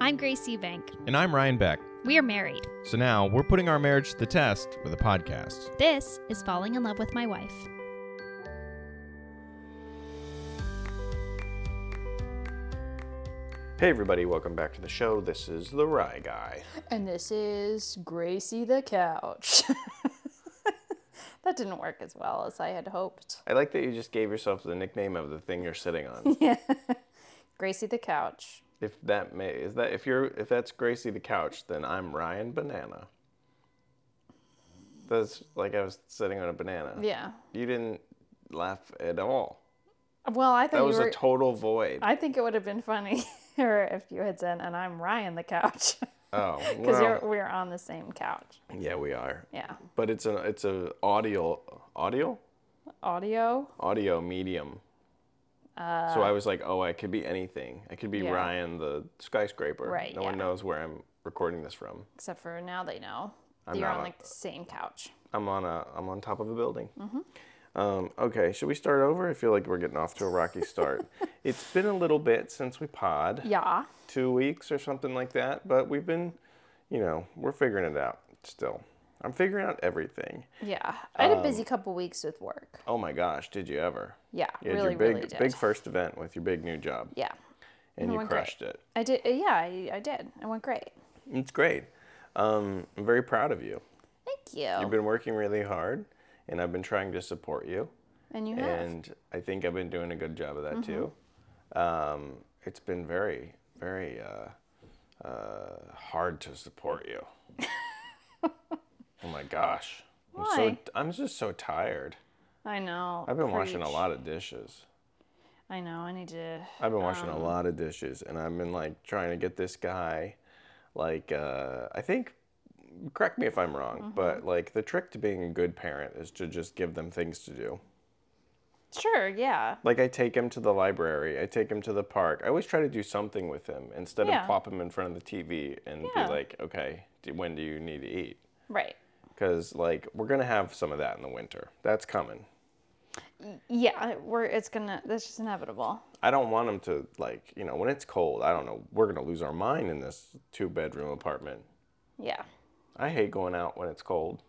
I'm Grace Eubank. And I'm Ryan Beck. We are married. So now we're putting our marriage to the test with a podcast. This is Falling in Love with My Wife. Hey everybody, welcome back to the show. This is the Rye Guy. And this is Gracie the Couch. that didn't work as well as I had hoped. I like that you just gave yourself the nickname of the thing you're sitting on. Yeah. Gracie the Couch. if that may is that if you're if that's Gracie the couch, then I'm Ryan Banana. That's like I was sitting on a banana. Yeah. You didn't laugh at all. Well, I That thought was you were. a total void. I think it would have been funny if you had said, and I'm Ryan the Couch. oh, Because well, we're on the same couch. yeah, we are. Yeah. But it's a it's a audio audio Audio. audio medium. Uh, so I was like, oh, I could be anything. I could be Yeah. Ryan the skyscraper. Right, No one yeah. knows where I'm recording this from. Except for now they know. I'm that You're not on a- like the same couch. I'm on a I'm on top of a building. Mm-hmm. Um, okay, should we start over? I feel like we're getting off to a rocky start. it's been a little bit since we pod, Yeah. two weeks or something like that. But we've been, you know, we're figuring it out still. I'm figuring out everything. Yeah. I Um, had a busy couple weeks with work. Oh my gosh, did you ever? Yeah. You had really, your big really did. big first event with your big new job, yeah. and you went great. crushed it. I did. Yeah, I, I did. It went great. It's great. Um, I'm very proud of you. Thank you. You've been working really hard, and I've been trying to support you. and you have. and I think I've been doing a good job of Mm-hmm. that too. Um, it's been very, very uh, uh, hard to support you. oh my gosh, I'm so Why? I'm just so tired. I know. I've been washing a preach. lot of dishes. I know. I need to. I've been washing Um. a lot of dishes, and I've been like trying to get this guy, like uh, I think. Correct me if I'm wrong, Mm-hmm. but like the trick to being a good parent is to just give them things to do. Sure. Yeah. Like I take him to the library, I take him to the park. I always try to do something with him instead Yeah. of plop him in front of the TV and Yeah. be like, "Okay, d- when do you need to eat?" Right. Because like we're gonna have some of that in the winter. That's coming. Yeah. We're. It's gonna. That's just inevitable. I don't want him to like you know when it's cold. I don't know. We're gonna lose our mind in this two bedroom apartment. Yeah. I hate going out when it's cold.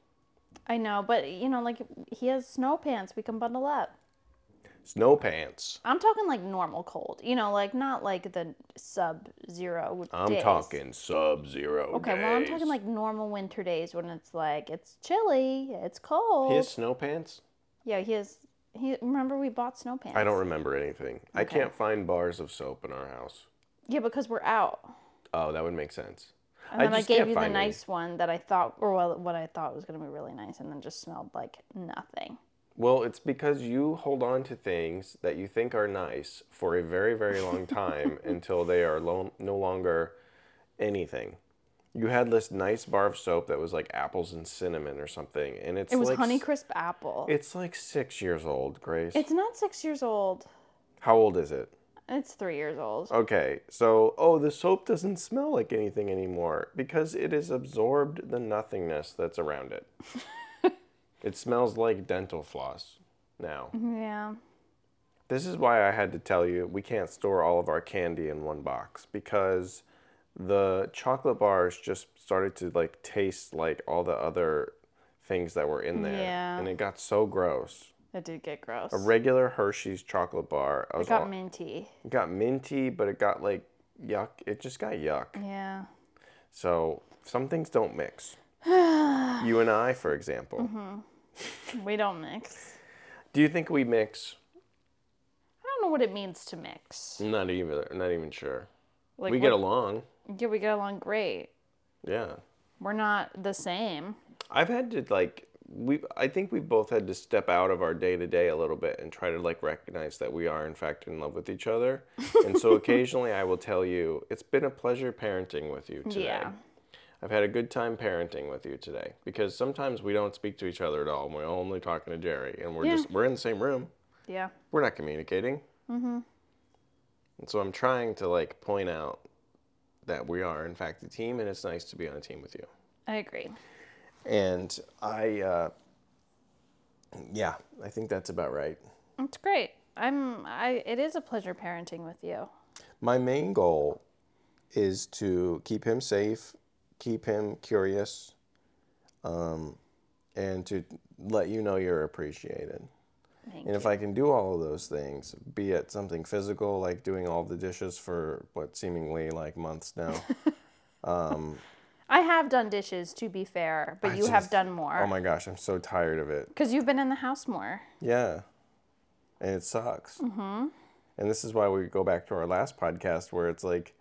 I know. But you know, like he has snow pants. We can bundle up. Snow pants. I'm talking like normal cold. You know, like not like the sub-zero I'm days. talking sub zero. Okay. Well, I'm talking like normal winter days when it's like it's chilly, it's cold. He has snow pants. Yeah. He has. He. Remember we bought snow pants. I don't remember anything. I can't find bars of soap in our house. Yeah, because we're out. Oh, that would make sense. And then I, just gave can't you the find any. nice one that I thought, or well, what I thought was going to be really nice, and then just smelled like nothing. Well, it's because you hold on to things that you think are nice for a very, very long time until they are lo- no longer anything. You had this nice bar of soap that was like apples and cinnamon or something, and it's It was like Honeycrisp apple. It's like six years old, Grace. it's not six years old. How old is it? It's three years old. Okay, so oh, the soap doesn't smell like anything anymore because it has absorbed the nothingness that's around it. it smells like dental floss now. Yeah. This is why I had to tell you we can't store all of our candy in one box because the chocolate bars just started to like taste like all the other things that were in there. Yeah. And it got so gross. It did get gross. A regular Hershey's chocolate bar I it was got all- minty. it got minty, but it got like yuck. It just got yuck. Yeah. So some things don't mix. you and I, for example. Mm-hmm. We don't mix. Do you think we mix? I don't know what it means to mix. Not even not even sure. Like we get along. along. Yeah, we get along great. Yeah. We're not the same. I've had to like we I think we've both had to step out of our day to day a little bit and try to like recognize that we are in fact in love with each other. And so occasionally I will tell you, it's been a pleasure parenting with you today. Yeah. I've had a good time parenting with you today because sometimes we don't speak to each other at all and we're only talking to Jerry and we're Yeah. just we're in the same room. Yeah. We're not communicating. Mm-hmm. And so I'm trying to like point out that we are in fact a team and it's nice to be on a team with you I agree. and I, uh, yeah, I think that's about right. It's great. I'm. I. It is a pleasure parenting with you. My main goal is to keep him safe, keep him curious, um, and to let you know you're appreciated. Thank and if I can do all of those things, be it something physical like doing all the dishes for what seemingly like months now. I have done dishes, to be fair, but you have just- done oh more my gosh, I'm so tired of it. because you've been in the house more. Yeah. And it sucks. Mm-hmm. And this is why we go back to our last podcast where it's like,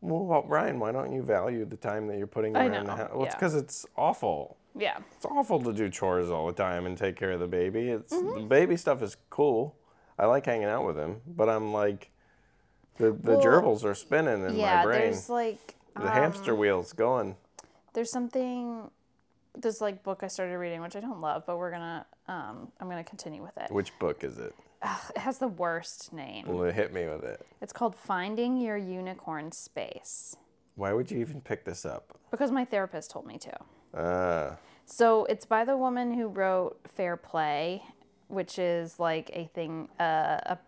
well, well, Ryan, why don't you value the time that you're putting I around the know, house? Well, it's yeah. because it's awful. Yeah, It's awful to do chores all the time and take care of the baby. It's the Mm-hmm. baby stuff is cool. I like hanging out with him, but I'm like, the, the Well, gerbils are spinning in yeah. my brain. There's um, like The hamster wheel's going. there's something this like book I started reading, which I don't love, but we're gonna um, I'm gonna continue with it. Which book is it? It has the worst name. Well, hit me with it. It's called Finding Your Unicorn Space Why would you even pick this up? because my therapist told me to. Uh, So it's by the woman who wrote Fair Play, which is like a thing, uh, a,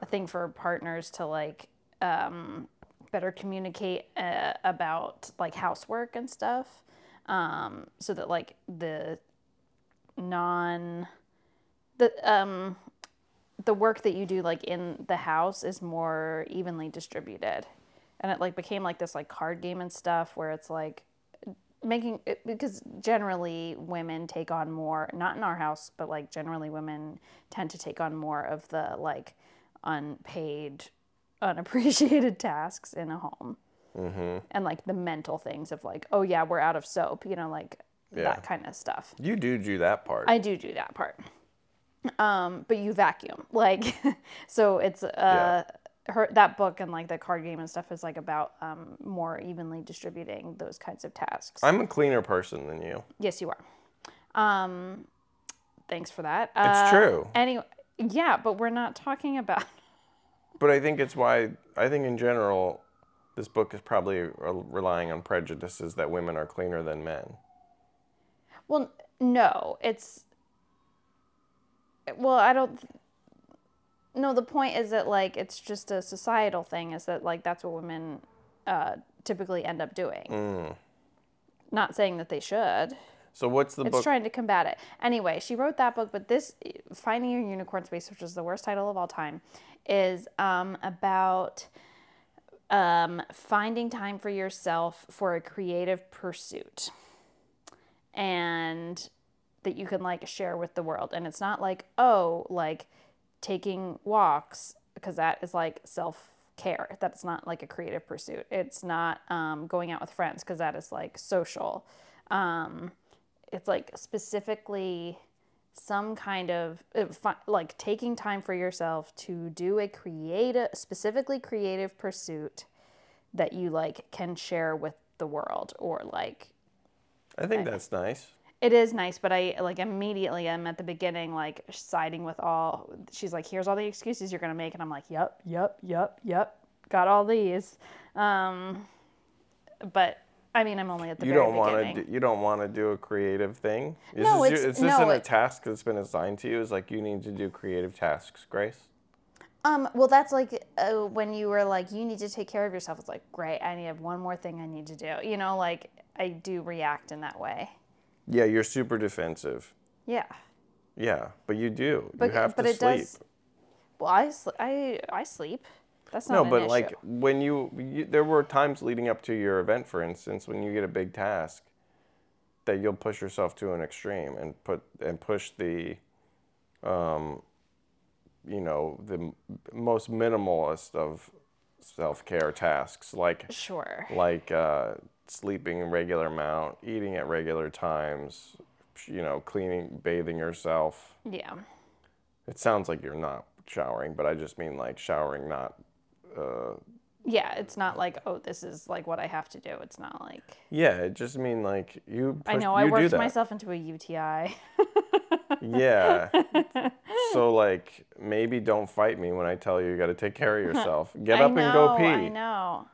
a thing for partners to like um, better communicate uh, about like housework and stuff, um, so that like the non the um the work that you do like in the house is more evenly distributed and it like became like this like card game and stuff where it's like making it- because generally women take on more not in our house but like generally women tend to take on more of the like unpaid unappreciated tasks in a home and like the mental things of like oh yeah we're out of soap you know like Yeah. that kind of stuff you do do that part. I do do that part. Um, but you vacuum like, so it's uh, her that book and like the card game and stuff is like about um, more evenly distributing those kinds of tasks. I'm a cleaner person than you. yes, you are. Um, thanks for that. It's Uh, true. Anyway, yeah, but we're not talking about. But I think it's why I think in general this book is probably re- relying on prejudices that women are cleaner than men. Well, no, it's. Well, I don't. No, the point is that like it's just a societal thing. Is that like that's what women uh, typically end up doing. Not saying that they should. So what's the It's book? trying to combat it. Anyway, she wrote that book, but this Finding Your Unicorn Space, which is the worst title of all time, is um, about um, finding time for yourself for a creative pursuit and that you can like share with the world. And it's not like, oh, like taking walks, because that is like self care. That's not like a creative pursuit. It's not um, going out with friends, because that is like social. Um, it's like specifically some kind of uh, fi- like taking time for yourself to do a creative specifically creative pursuit that you like can share with the world or like I think that's nice. it is nice but i like immediately i'm at the beginning like siding with all she's like here's all the excuses you're gonna make and i'm like yep yep yep yep got all these um but i mean i'm only at the You very don't beginning want to. You don't want to do a creative thing. Is No, this, it's- you- is this no, in a it- task that's been assigned to you? Is like you need to do creative tasks, Grace. Um, well, that's like uh, when you were like, you need to take care of yourself. It's like, great, I need have one more thing I need to do. You know, like I do react in that way. Yeah, you're super defensive. Yeah, Yeah, but you do. you have but to it sleep. does. Well, I, sl- I I sleep. That's not No, an but issue. like when you, you, there were times leading up to your event, for instance, when you get a big task, that you'll push yourself to an extreme and put and push the, um, you know, the m- most minimalist of self care tasks, like sure. like uh, sleeping in regular amount, eating at regular times, you know, cleaning, bathing yourself. Yeah, It sounds like you're not showering, but I just mean like showering, not yeah. It's not like oh, this is like what I have to do. It's not like Yeah, it just mean like you. I push- know you I do worked that. myself into a UTI. Yeah. so like maybe don't fight me when I tell you you got to take care of yourself. Get I up know, and go I pee. know.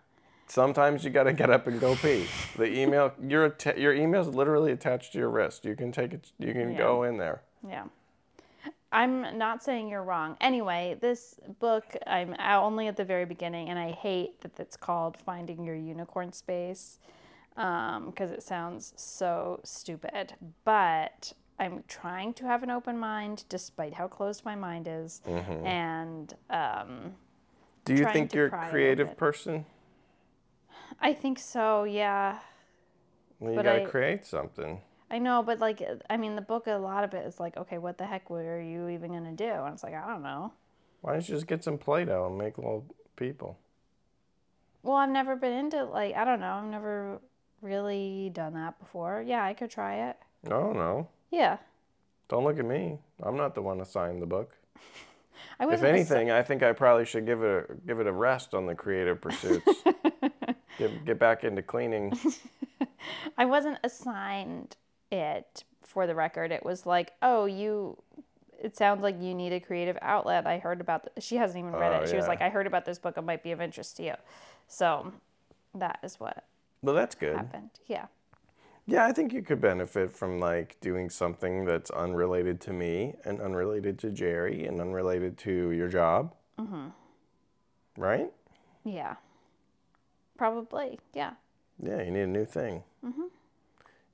Sometimes you got to get up and go pee. The email your atta- your email is literally attached to your wrist. You can take it. You can go in there. Yeah. I'm not saying you're wrong. Anyway, this book, I'm a- only at the very beginning, and I hate that it's called Finding Your Unicorn Space because it sounds so stupid. But I'm trying to have an open mind despite how closed my mind is. And um, Do you Trying think to you're pry a a little bit. creative person? I think so, yeah. Well, you But gotta I- create something. I know, but like, I mean, the book, a lot of it is like, okay, what the heck were you even going to do? And it's like, I don't know. Why don't you just get some Play-Doh and make little people? Well, I've never been into like I don't know. I've never really done that before. Yeah, I could try it. No, no. Yeah, Don't look at me. I'm not the one to sign the book. I If wasn't. a s- anything, I think I probably should give it a give it a rest on the creative pursuits. get, get back into cleaning. I wasn't assigned it for the record. It was like, oh, you. It sounds like you need a creative outlet. I heard about. Th- she hasn't even read Oh, it. She was yeah. like, I heard about this book. It might be of interest to you. So, that is what Well, that's good. happened. Yeah. Yeah, I think you could benefit from like doing something that's unrelated to me and unrelated to Jerry and unrelated to your job. Mm-hmm. Right? Yeah. Probably. Yeah. Yeah, you need a new thing. Mm-hmm.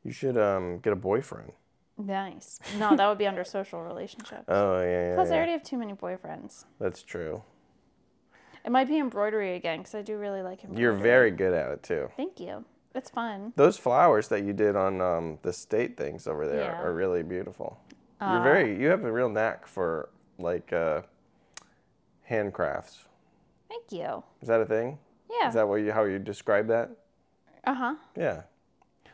You should um, get a boyfriend. Nice. No, that would be under social relationship. Oh yeah, yeah, Plus, I yeah. already have too many boyfriends. that's true. It might be embroidery again because I do really like embroidery. You're very good at it too. Thank you. It's fun. Those flowers that you did on um, the state things over there Yeah. Uh, are really beautiful. You're very you have a real knack for like uh, handcrafts. Thank you. Is that a thing? Yeah. Is that what you, how you describe that? uh huh. Yeah.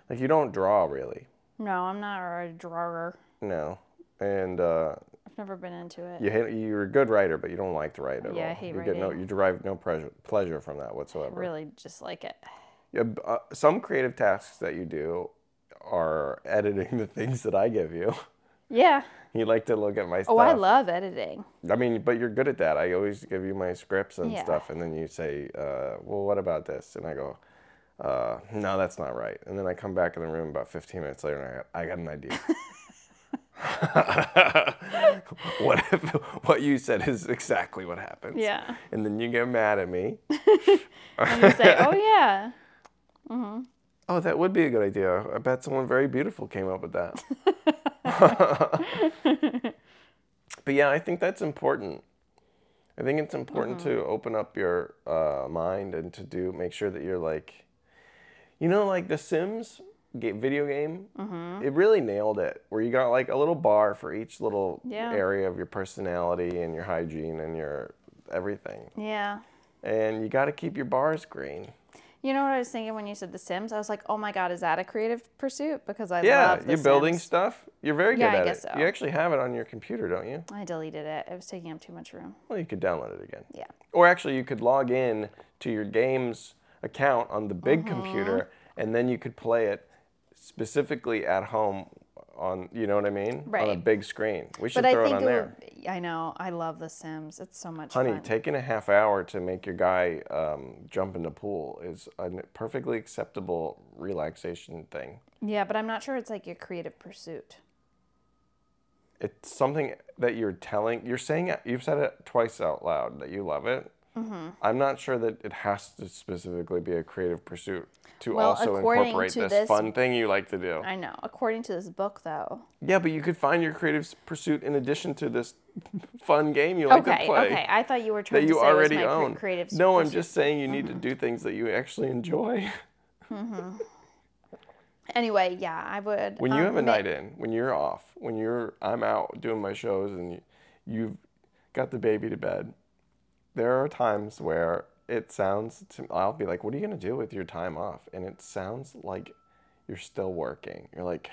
Like you don't draw really. No, I'm not a drawer. No. And uh, I've never been into it. you hate, you're a good writer, but you don't like to write at all. Yeah, I hate you get no writing. you derive no pleasure pleasure from that whatsoever. Really, just like it. Yeah, b- uh, some creative tasks that you do are editing the things that I give you. Yeah. You like to look at my stuff. Oh, I love editing. I mean, but you're good at that. I always give you my scripts and Yeah. stuff, and then you say, uh, "Well, what about this?" And I go, uh, "No, that's not right." And then I come back in the room about 15 minutes later, and I got, I got an idea. what if what you said is exactly what happens? Yeah. And then you get mad at me. And you say, oh yeah. Oh, that would be a good idea. I bet someone very beautiful came up with that. but yeah, I think that's important. I think it's important to open up your uh, mind and to do make sure that you're like, you know, like The Sims ga- video game. It really nailed it. Where you got like a little bar for each little Yeah. area of your personality and your hygiene and your everything, Yeah. and you got to keep your bars green. You know what I was thinking when you said The Sims? I was like, oh my god, is that a creative pursuit? Because I Yeah, love The you're building Sims. stuff. You're very good Yeah, I at guess it. so. You actually have it on your computer, don't you? I deleted it. It was taking up too much room. Well, you could download it again. Yeah. Or actually, you could log in to your game's account on the big Uh-huh. computer, and then you could play it specifically at home on, you know what I mean? On a Right. big screen. We should But I throw it think on it there. would. I know. I love The Sims. It's so much Honey, fun. taking a half hour to make your guy um, jump in the pool is a n- perfectly acceptable relaxation thing. Yeah, but I'm not sure it's like a creative pursuit. it's something that you're telling you're saying it you've said it twice out loud that you love it Mm-hmm. i'm not sure that it has to specifically be a creative pursuit to Well, also according incorporate to this, this- fun thing you like to do I know. According to this book, though. yeah but you could find your creative s- pursuit in addition to this fun game you like to okay, play okay. I thought you were trying that to you say it was already my cre- own creative. no i'm pursuit. Mm-hmm. just saying you need to do things that you actually enjoy Anyway, yeah, I would. when you um, have a ma- night in when you're off when you're i'm out doing my shows and you, you've got the baby to bed there are times where it sounds to i'll be like what are you going to do with your time off and it sounds like you're still working you're like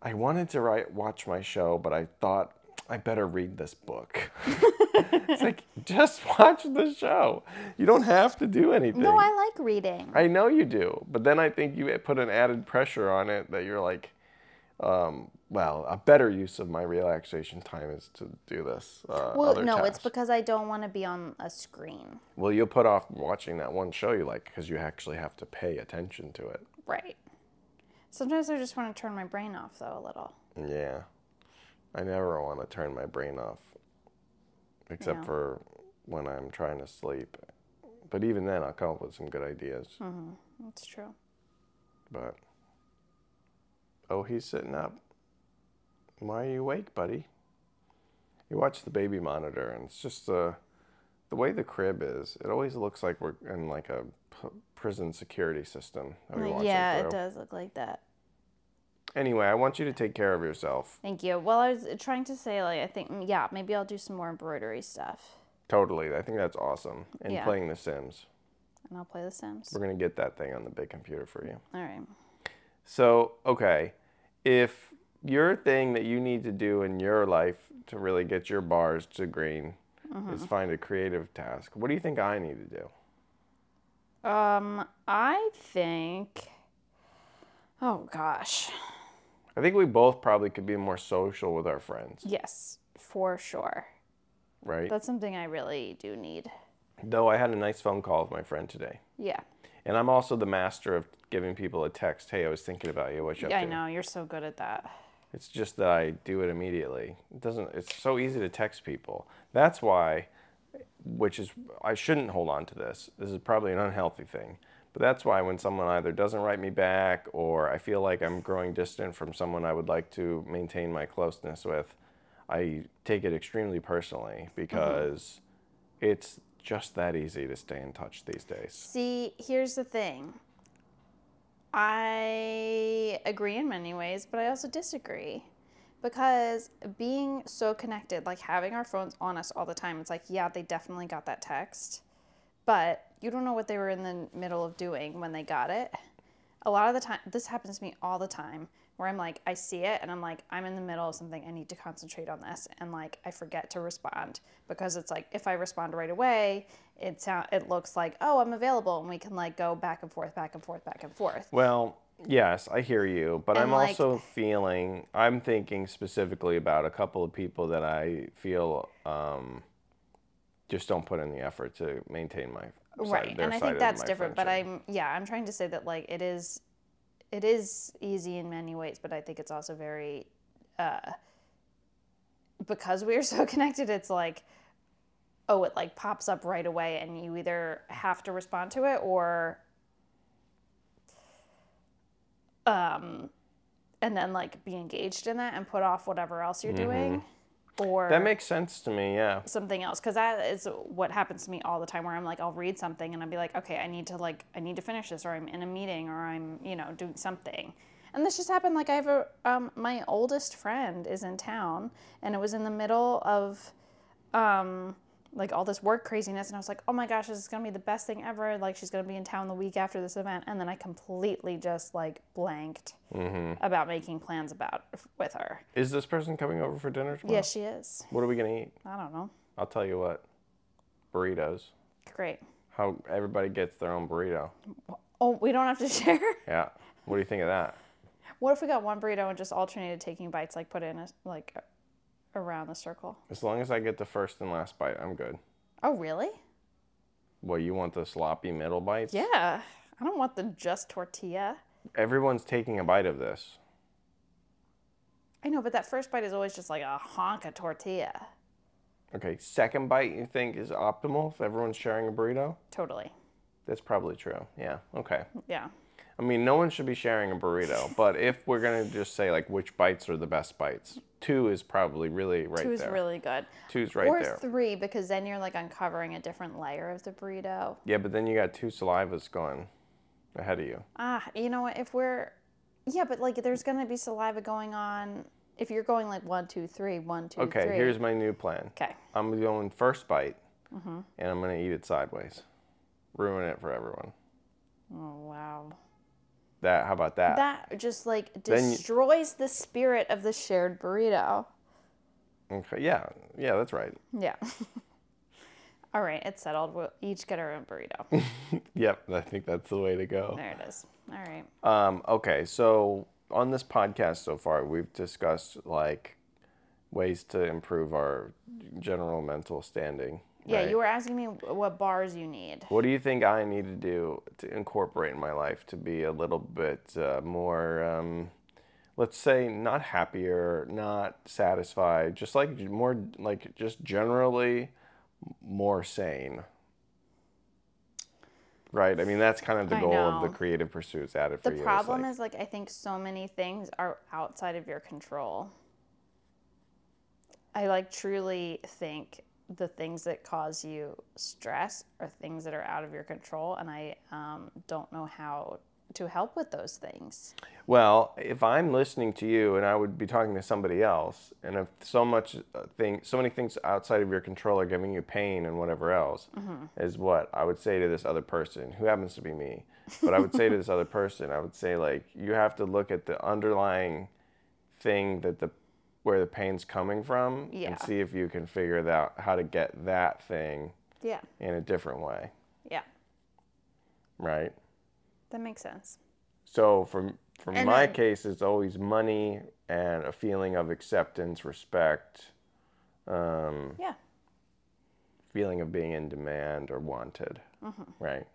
i wanted to write watch my show but i thought i better read this book it's like just watch the show you don't have to do anything No, I like reading. I know you do, but then I think you put an added pressure on it that you're like, um, well, a better use of my relaxation time is to do this. Uh, well, other no, it's task. because I don't want to be on a screen. well, you'll put off watching that one show you like because you actually have to pay attention to it. Right. Sometimes I just want to turn my brain off, though, a little. Yeah, I never want to turn my brain off, except Yeah. for when I'm trying to sleep. But even then, I'll come up with some good ideas. That's true. But oh, he's sitting up. Why are you awake, buddy? You watch the baby monitor, and it's just uh, the way the crib is. It always looks like we're in like a p- prison security system. That we Like, watch yeah, through. it does look like that. Anyway, I want you to take care of yourself. Thank you. Well, I was uh, trying to say, like, I think, mm, yeah, maybe I'll do some more embroidery stuff, Totally, I think that's awesome. And Yeah. playing The Sims, and I'll play The Sims. we're gonna get that thing on the big computer for you. All right. So, okay, if your thing that you need to do in your life to really get your bars to green Mm-hmm. is find a creative task, what do you think I need to do? Um, I think. Oh gosh. I think we both probably could be more social with our friends, Yes, for sure. right? That's something I really do need. Though I had a nice phone call with my friend today. Yeah. And I'm also the master of giving people a text, hey, I was thinking about you, what you up Yeah, I to?" know. You're so good at that. It's just that I do it immediately. It doesn't. It's so easy to text people. That's why, which is I shouldn't hold on to this. This is probably an unhealthy thing. But that's why when someone either doesn't write me back or I feel like I'm growing distant from someone I would like to maintain my closeness with, I take it extremely personally because it's just that easy to stay in touch these days. See, here's the thing. I agree in many ways, but I also disagree. Because being so connected, like having our phones on us all the time, it's like, yeah, they definitely got that text, but you don't know what they were in the middle of doing when they got it. A lot of the time, this happens to me all the time where I'm like, I see it and I'm like, I'm in the middle of something, I need to concentrate on this. And like, I forget to respond because it's like, if I respond right away, it, sound, it looks like, oh, I'm available and we can like go back and forth, back and forth, back and forth. Well, yes, I hear you, but I'm And, like- also feeling, I'm thinking specifically about a couple of people that I feel um, just don't put in the effort to maintain my side, right their and i side think of that's my different but friendship. i'm yeah i'm trying to say that like it is it is easy in many ways but i think it's also very uh because we are so connected it's like oh it like pops up right away and you either have to respond to it or um and then like be engaged in that and put off whatever else you're doing or Mm-hmm. That makes sense to me, yeah. something else because that is what happens to me all the time where i'm like i'll read something and i'll be like okay i need to like i need to finish this or i'm in a meeting or i'm you know doing something and this just happened like i have a um, my oldest friend is in town and it was in the middle of um like all this work craziness and i was like oh my gosh this is going to be the best thing ever like she's going to be in town the week after this event and then i completely just like blanked about making plans about with her Is this person coming over for dinner tomorrow? yeah she is What are we going to eat? i don't know I'll tell you what burritos. great How everybody gets their own burrito. Oh, we don't have to share. Yeah. What do you think of that? What if we got one burrito and just alternated taking bites, like put it in a like a- around the circle? As long as I get the first and last bite, I'm good. Oh, really? Well, you want the sloppy middle bites? Yeah. I don't want the just tortilla. Everyone's taking a bite of this. I know, but that first bite is always just like a honk of tortilla. Okay, second bite you think is optimal if everyone's sharing a burrito? Totally. That's probably true. Yeah, okay. Yeah. I mean, no one should be sharing a burrito, but if we're going to just say like which bites are the best bites, two is probably really right Two is there. really good. Two's right or there. three, because then you're like uncovering a different layer of the burrito. yeah, but then you got two salivas going ahead of you. Ah, you know what? If we're, yeah, but like there's gonna be saliva going on. If you're going like one, two, three, one, two, three. Okay, here's my new plan. Okay. Mm-hmm. I'm going first bite, and I'm going to eat it sideways. Ruin it for everyone. Oh wow. That, how about that? that just like Uh, Then you- destroys the spirit of the shared burrito. Okay, yeah, yeah, that's right. Yeah. All right, it's settled. We'll each get our own burrito. there Yep, I think that's the way to go. it is. All right. Um, okay, so on this podcast so far, we've discussed like ways to improve our general mental standing. Yeah, right? you were asking me what bars you need. What do you think I need to do to incorporate in my life to be a little bit uh, more um, let's say not happier, not satisfied, just like more like just generally more sane. Right? I mean, that's kind of the I goal of the know. creative pursuits added for The you. It's problem like- is like I think so many things are outside of your control. I like truly think the things that cause you stress are things that are out of your control, and I um, don't know how to help with those things. Well, if I'm listening to you and I would be talking to somebody else, and if so much uh, thing, so many things outside of your control are giving you pain and whatever else, is what I would say to this other person who happens to be me. But I would say to this other person, I would say like you have to look at the underlying thing that the where the pain's coming from Yeah. and see if you can figure out how to get that thing Yeah, in a different way, yeah, right? that makes sense. So from from And my then- case, it's always money and a feeling of acceptance, respect, um, Yeah, feeling of being in demand or wanted, right?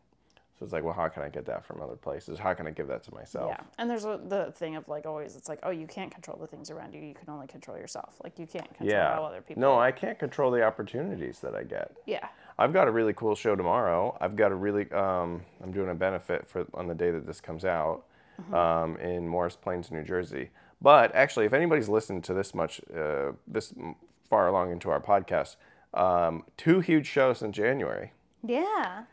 So it's like, well, how can I get that from other places? How can I give that to myself? yeah. And there's a- the thing of like always, it's like, oh, you can't control the things around you. You can only control yourself. Like you can't control how other people. No, I can't control the opportunities that I get. Yeah, I've got a really cool show tomorrow. I've got a really um, I'm doing a benefit for on the day that this comes out um, in Morris Plains, New Jersey. But actually, if anybody's listened to this much, uh, this m- far along into our podcast, um, two huge shows in January. yeah.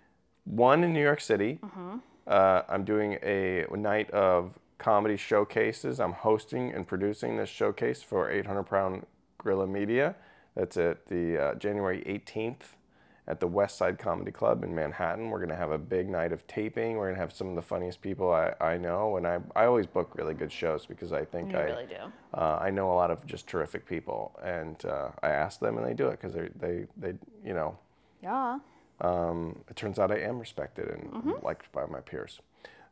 One in New York City. Mm-hmm. Uh, I'm doing a night of comedy showcases. I'm hosting and producing this showcase for 800 Pound Gorilla Media. That's at the uh, January 18th at the West Side Comedy Club in Manhattan. We're going to have a big night of taping. We're going to have some of the funniest people I, I know. And I, I always book really good shows because I think You I, really do. uh, I know a lot of just terrific people. And uh, I ask them and they do it because they, they, they, you know, Yeah. um, it turns out I am respected and Mm-hmm. liked by my peers.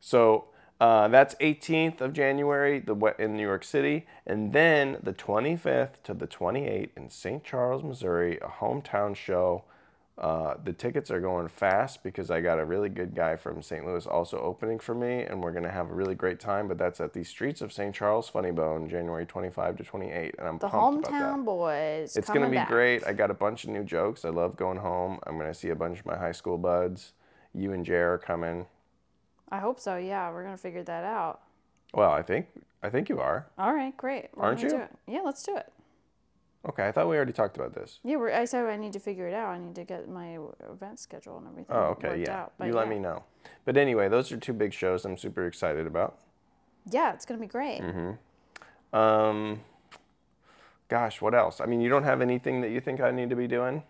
So uh, that's 18th of January the we- in New York City, and then the 25th to the 28th in St. Charles, Missouri, a hometown show. Uh, the tickets are going fast because I got a really good guy from St. Louis also opening for me, and we're gonna have a really great time. But that's at the streets of St. Charles, Funny Bone, January 25 to 28, and I'm The pumped about that. hometown boys. It's coming gonna be back. great. I got a bunch of new jokes. I love going home. I'm gonna see a bunch of my high school buds. You and Jer are coming. I hope so. Yeah, we're gonna figure that out. Well, I think I think you are. All right, great. We're Aren't gonna you? Do it. Yeah, let's do it. Okay, I thought we already talked about this. Yeah, we're, I said I need to figure it out. I need to get my event schedule and everything. Oh, okay, worked yeah. Out. But you let yeah. me know. But anyway, those are two big shows I'm super excited about. Yeah, it's gonna be great. Um, gosh, what else? I mean, you don't have anything that you think I need to be doing.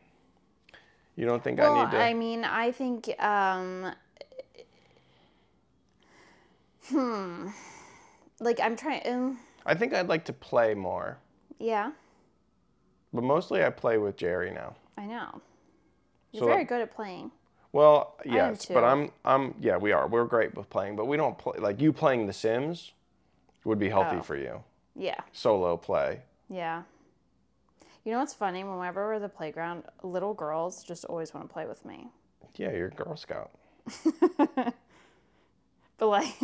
You don't think Well, I need to? I mean, I think. Um, hmm. Like I'm trying. Um, I think I'd like to play more, yeah, but mostly I play with Jerry now. I know. You're So, very good at playing. Well, yes, but too. I'm I'm yeah, we are. We're great with playing, but we don't play like you playing The Sims would be healthy Oh. for you. Yeah. Solo play. Yeah. You know what's funny? Whenever we're at the playground, little girls just always want to play with me. Yeah, you're a Girl Scout. But like,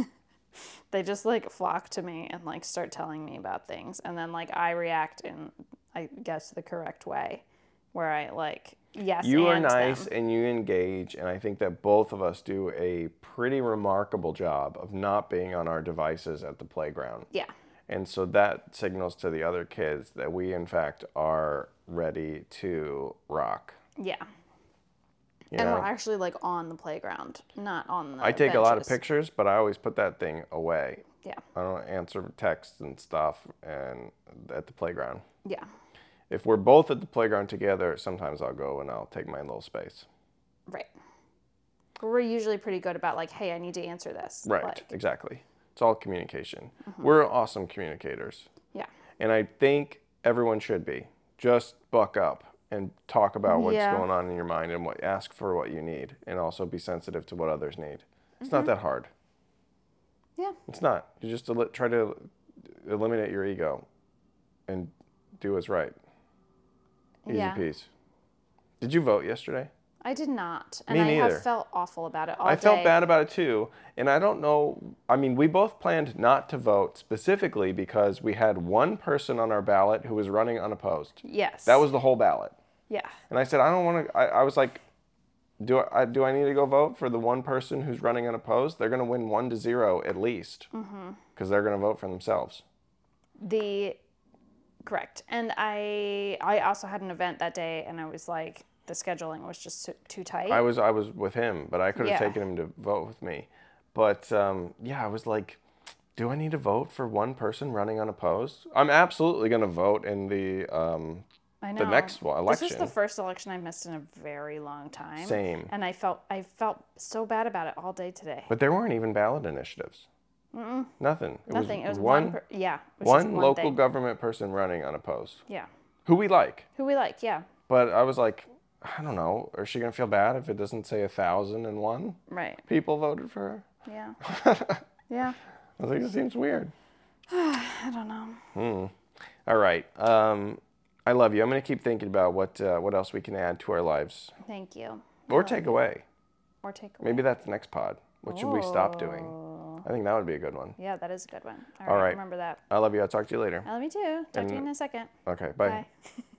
they just like flock to me and like start telling me about things, and then like I react in, I guess, the correct way, where I like yes. you are and them. nice and you engage, and I think that both of us do a pretty remarkable job of not being on our devices at the playground. Yeah. And so that signals to the other kids that we in fact are ready to rock. Yeah. You And know? we're actually like on the playground, not on the. I take a lot of benches. pictures, but I always put that thing away. Yeah. I don't answer texts and stuff and at the playground. Yeah. If we're both at the playground together, sometimes I'll go and I'll take my little space. Right. We're usually pretty good about like, hey, I need to answer this. Right. Like, Exactly. It's all communication. We're awesome communicators. yeah. And I think everyone should be. Just buck up and talk about what's Yeah. going on in your mind and what ask for what you need and also be sensitive to what others need. It's not that hard. Yeah. It's not. You just el- try to eliminate your ego and do what's right. Easy Yeah. peasy. Did you vote yesterday? I did not, and Me I neither. have felt awful about it all I day. felt bad about it too, and I don't know. I mean, we both planned not to vote specifically because we had one person on our ballot who was running unopposed. Yes. That was the whole ballot, yeah. and I said I don't want to. I, I was like, do I do I need to go vote for the one person who's running unopposed? They're going to win one to zero at least because Mm-hmm. they're going to vote for themselves. The correct. And I I also had an event that day, and I was like, the scheduling was just so- too tight. I was I was with him, but I could have Yeah. taken him to vote with me. But um, yeah, I was like, do I need to vote for one person running unopposed? I'm absolutely going to vote in the um, I know. the next one- This is the election. first election I missed in a very long time. Same. And I felt I felt so bad about it all day today. but there weren't even ballot initiatives. Nothing. It Nothing. Was It was one. one per, yeah. it was just one local thing. government person running unopposed, Yeah. who we like. Who we like? Yeah. But I was like, I don't know. Is she going to feel bad if it doesn't say a thousand and one Right. people voted for her? Yeah. yeah. I was like, it seems weird. I don't know. All right. Um, I love you. I'm going to keep thinking about what uh, what else we can add to our lives Thank you. or take away. Or take away. Maybe that's the next pod. What should we stop Oh. doing? I think that would be a good one. Yeah, that is a good one. All All right. right. Remember that. I love you. I'll talk to you later. I love you too. Talk to you And- in a second. Okay. Bye. Bye.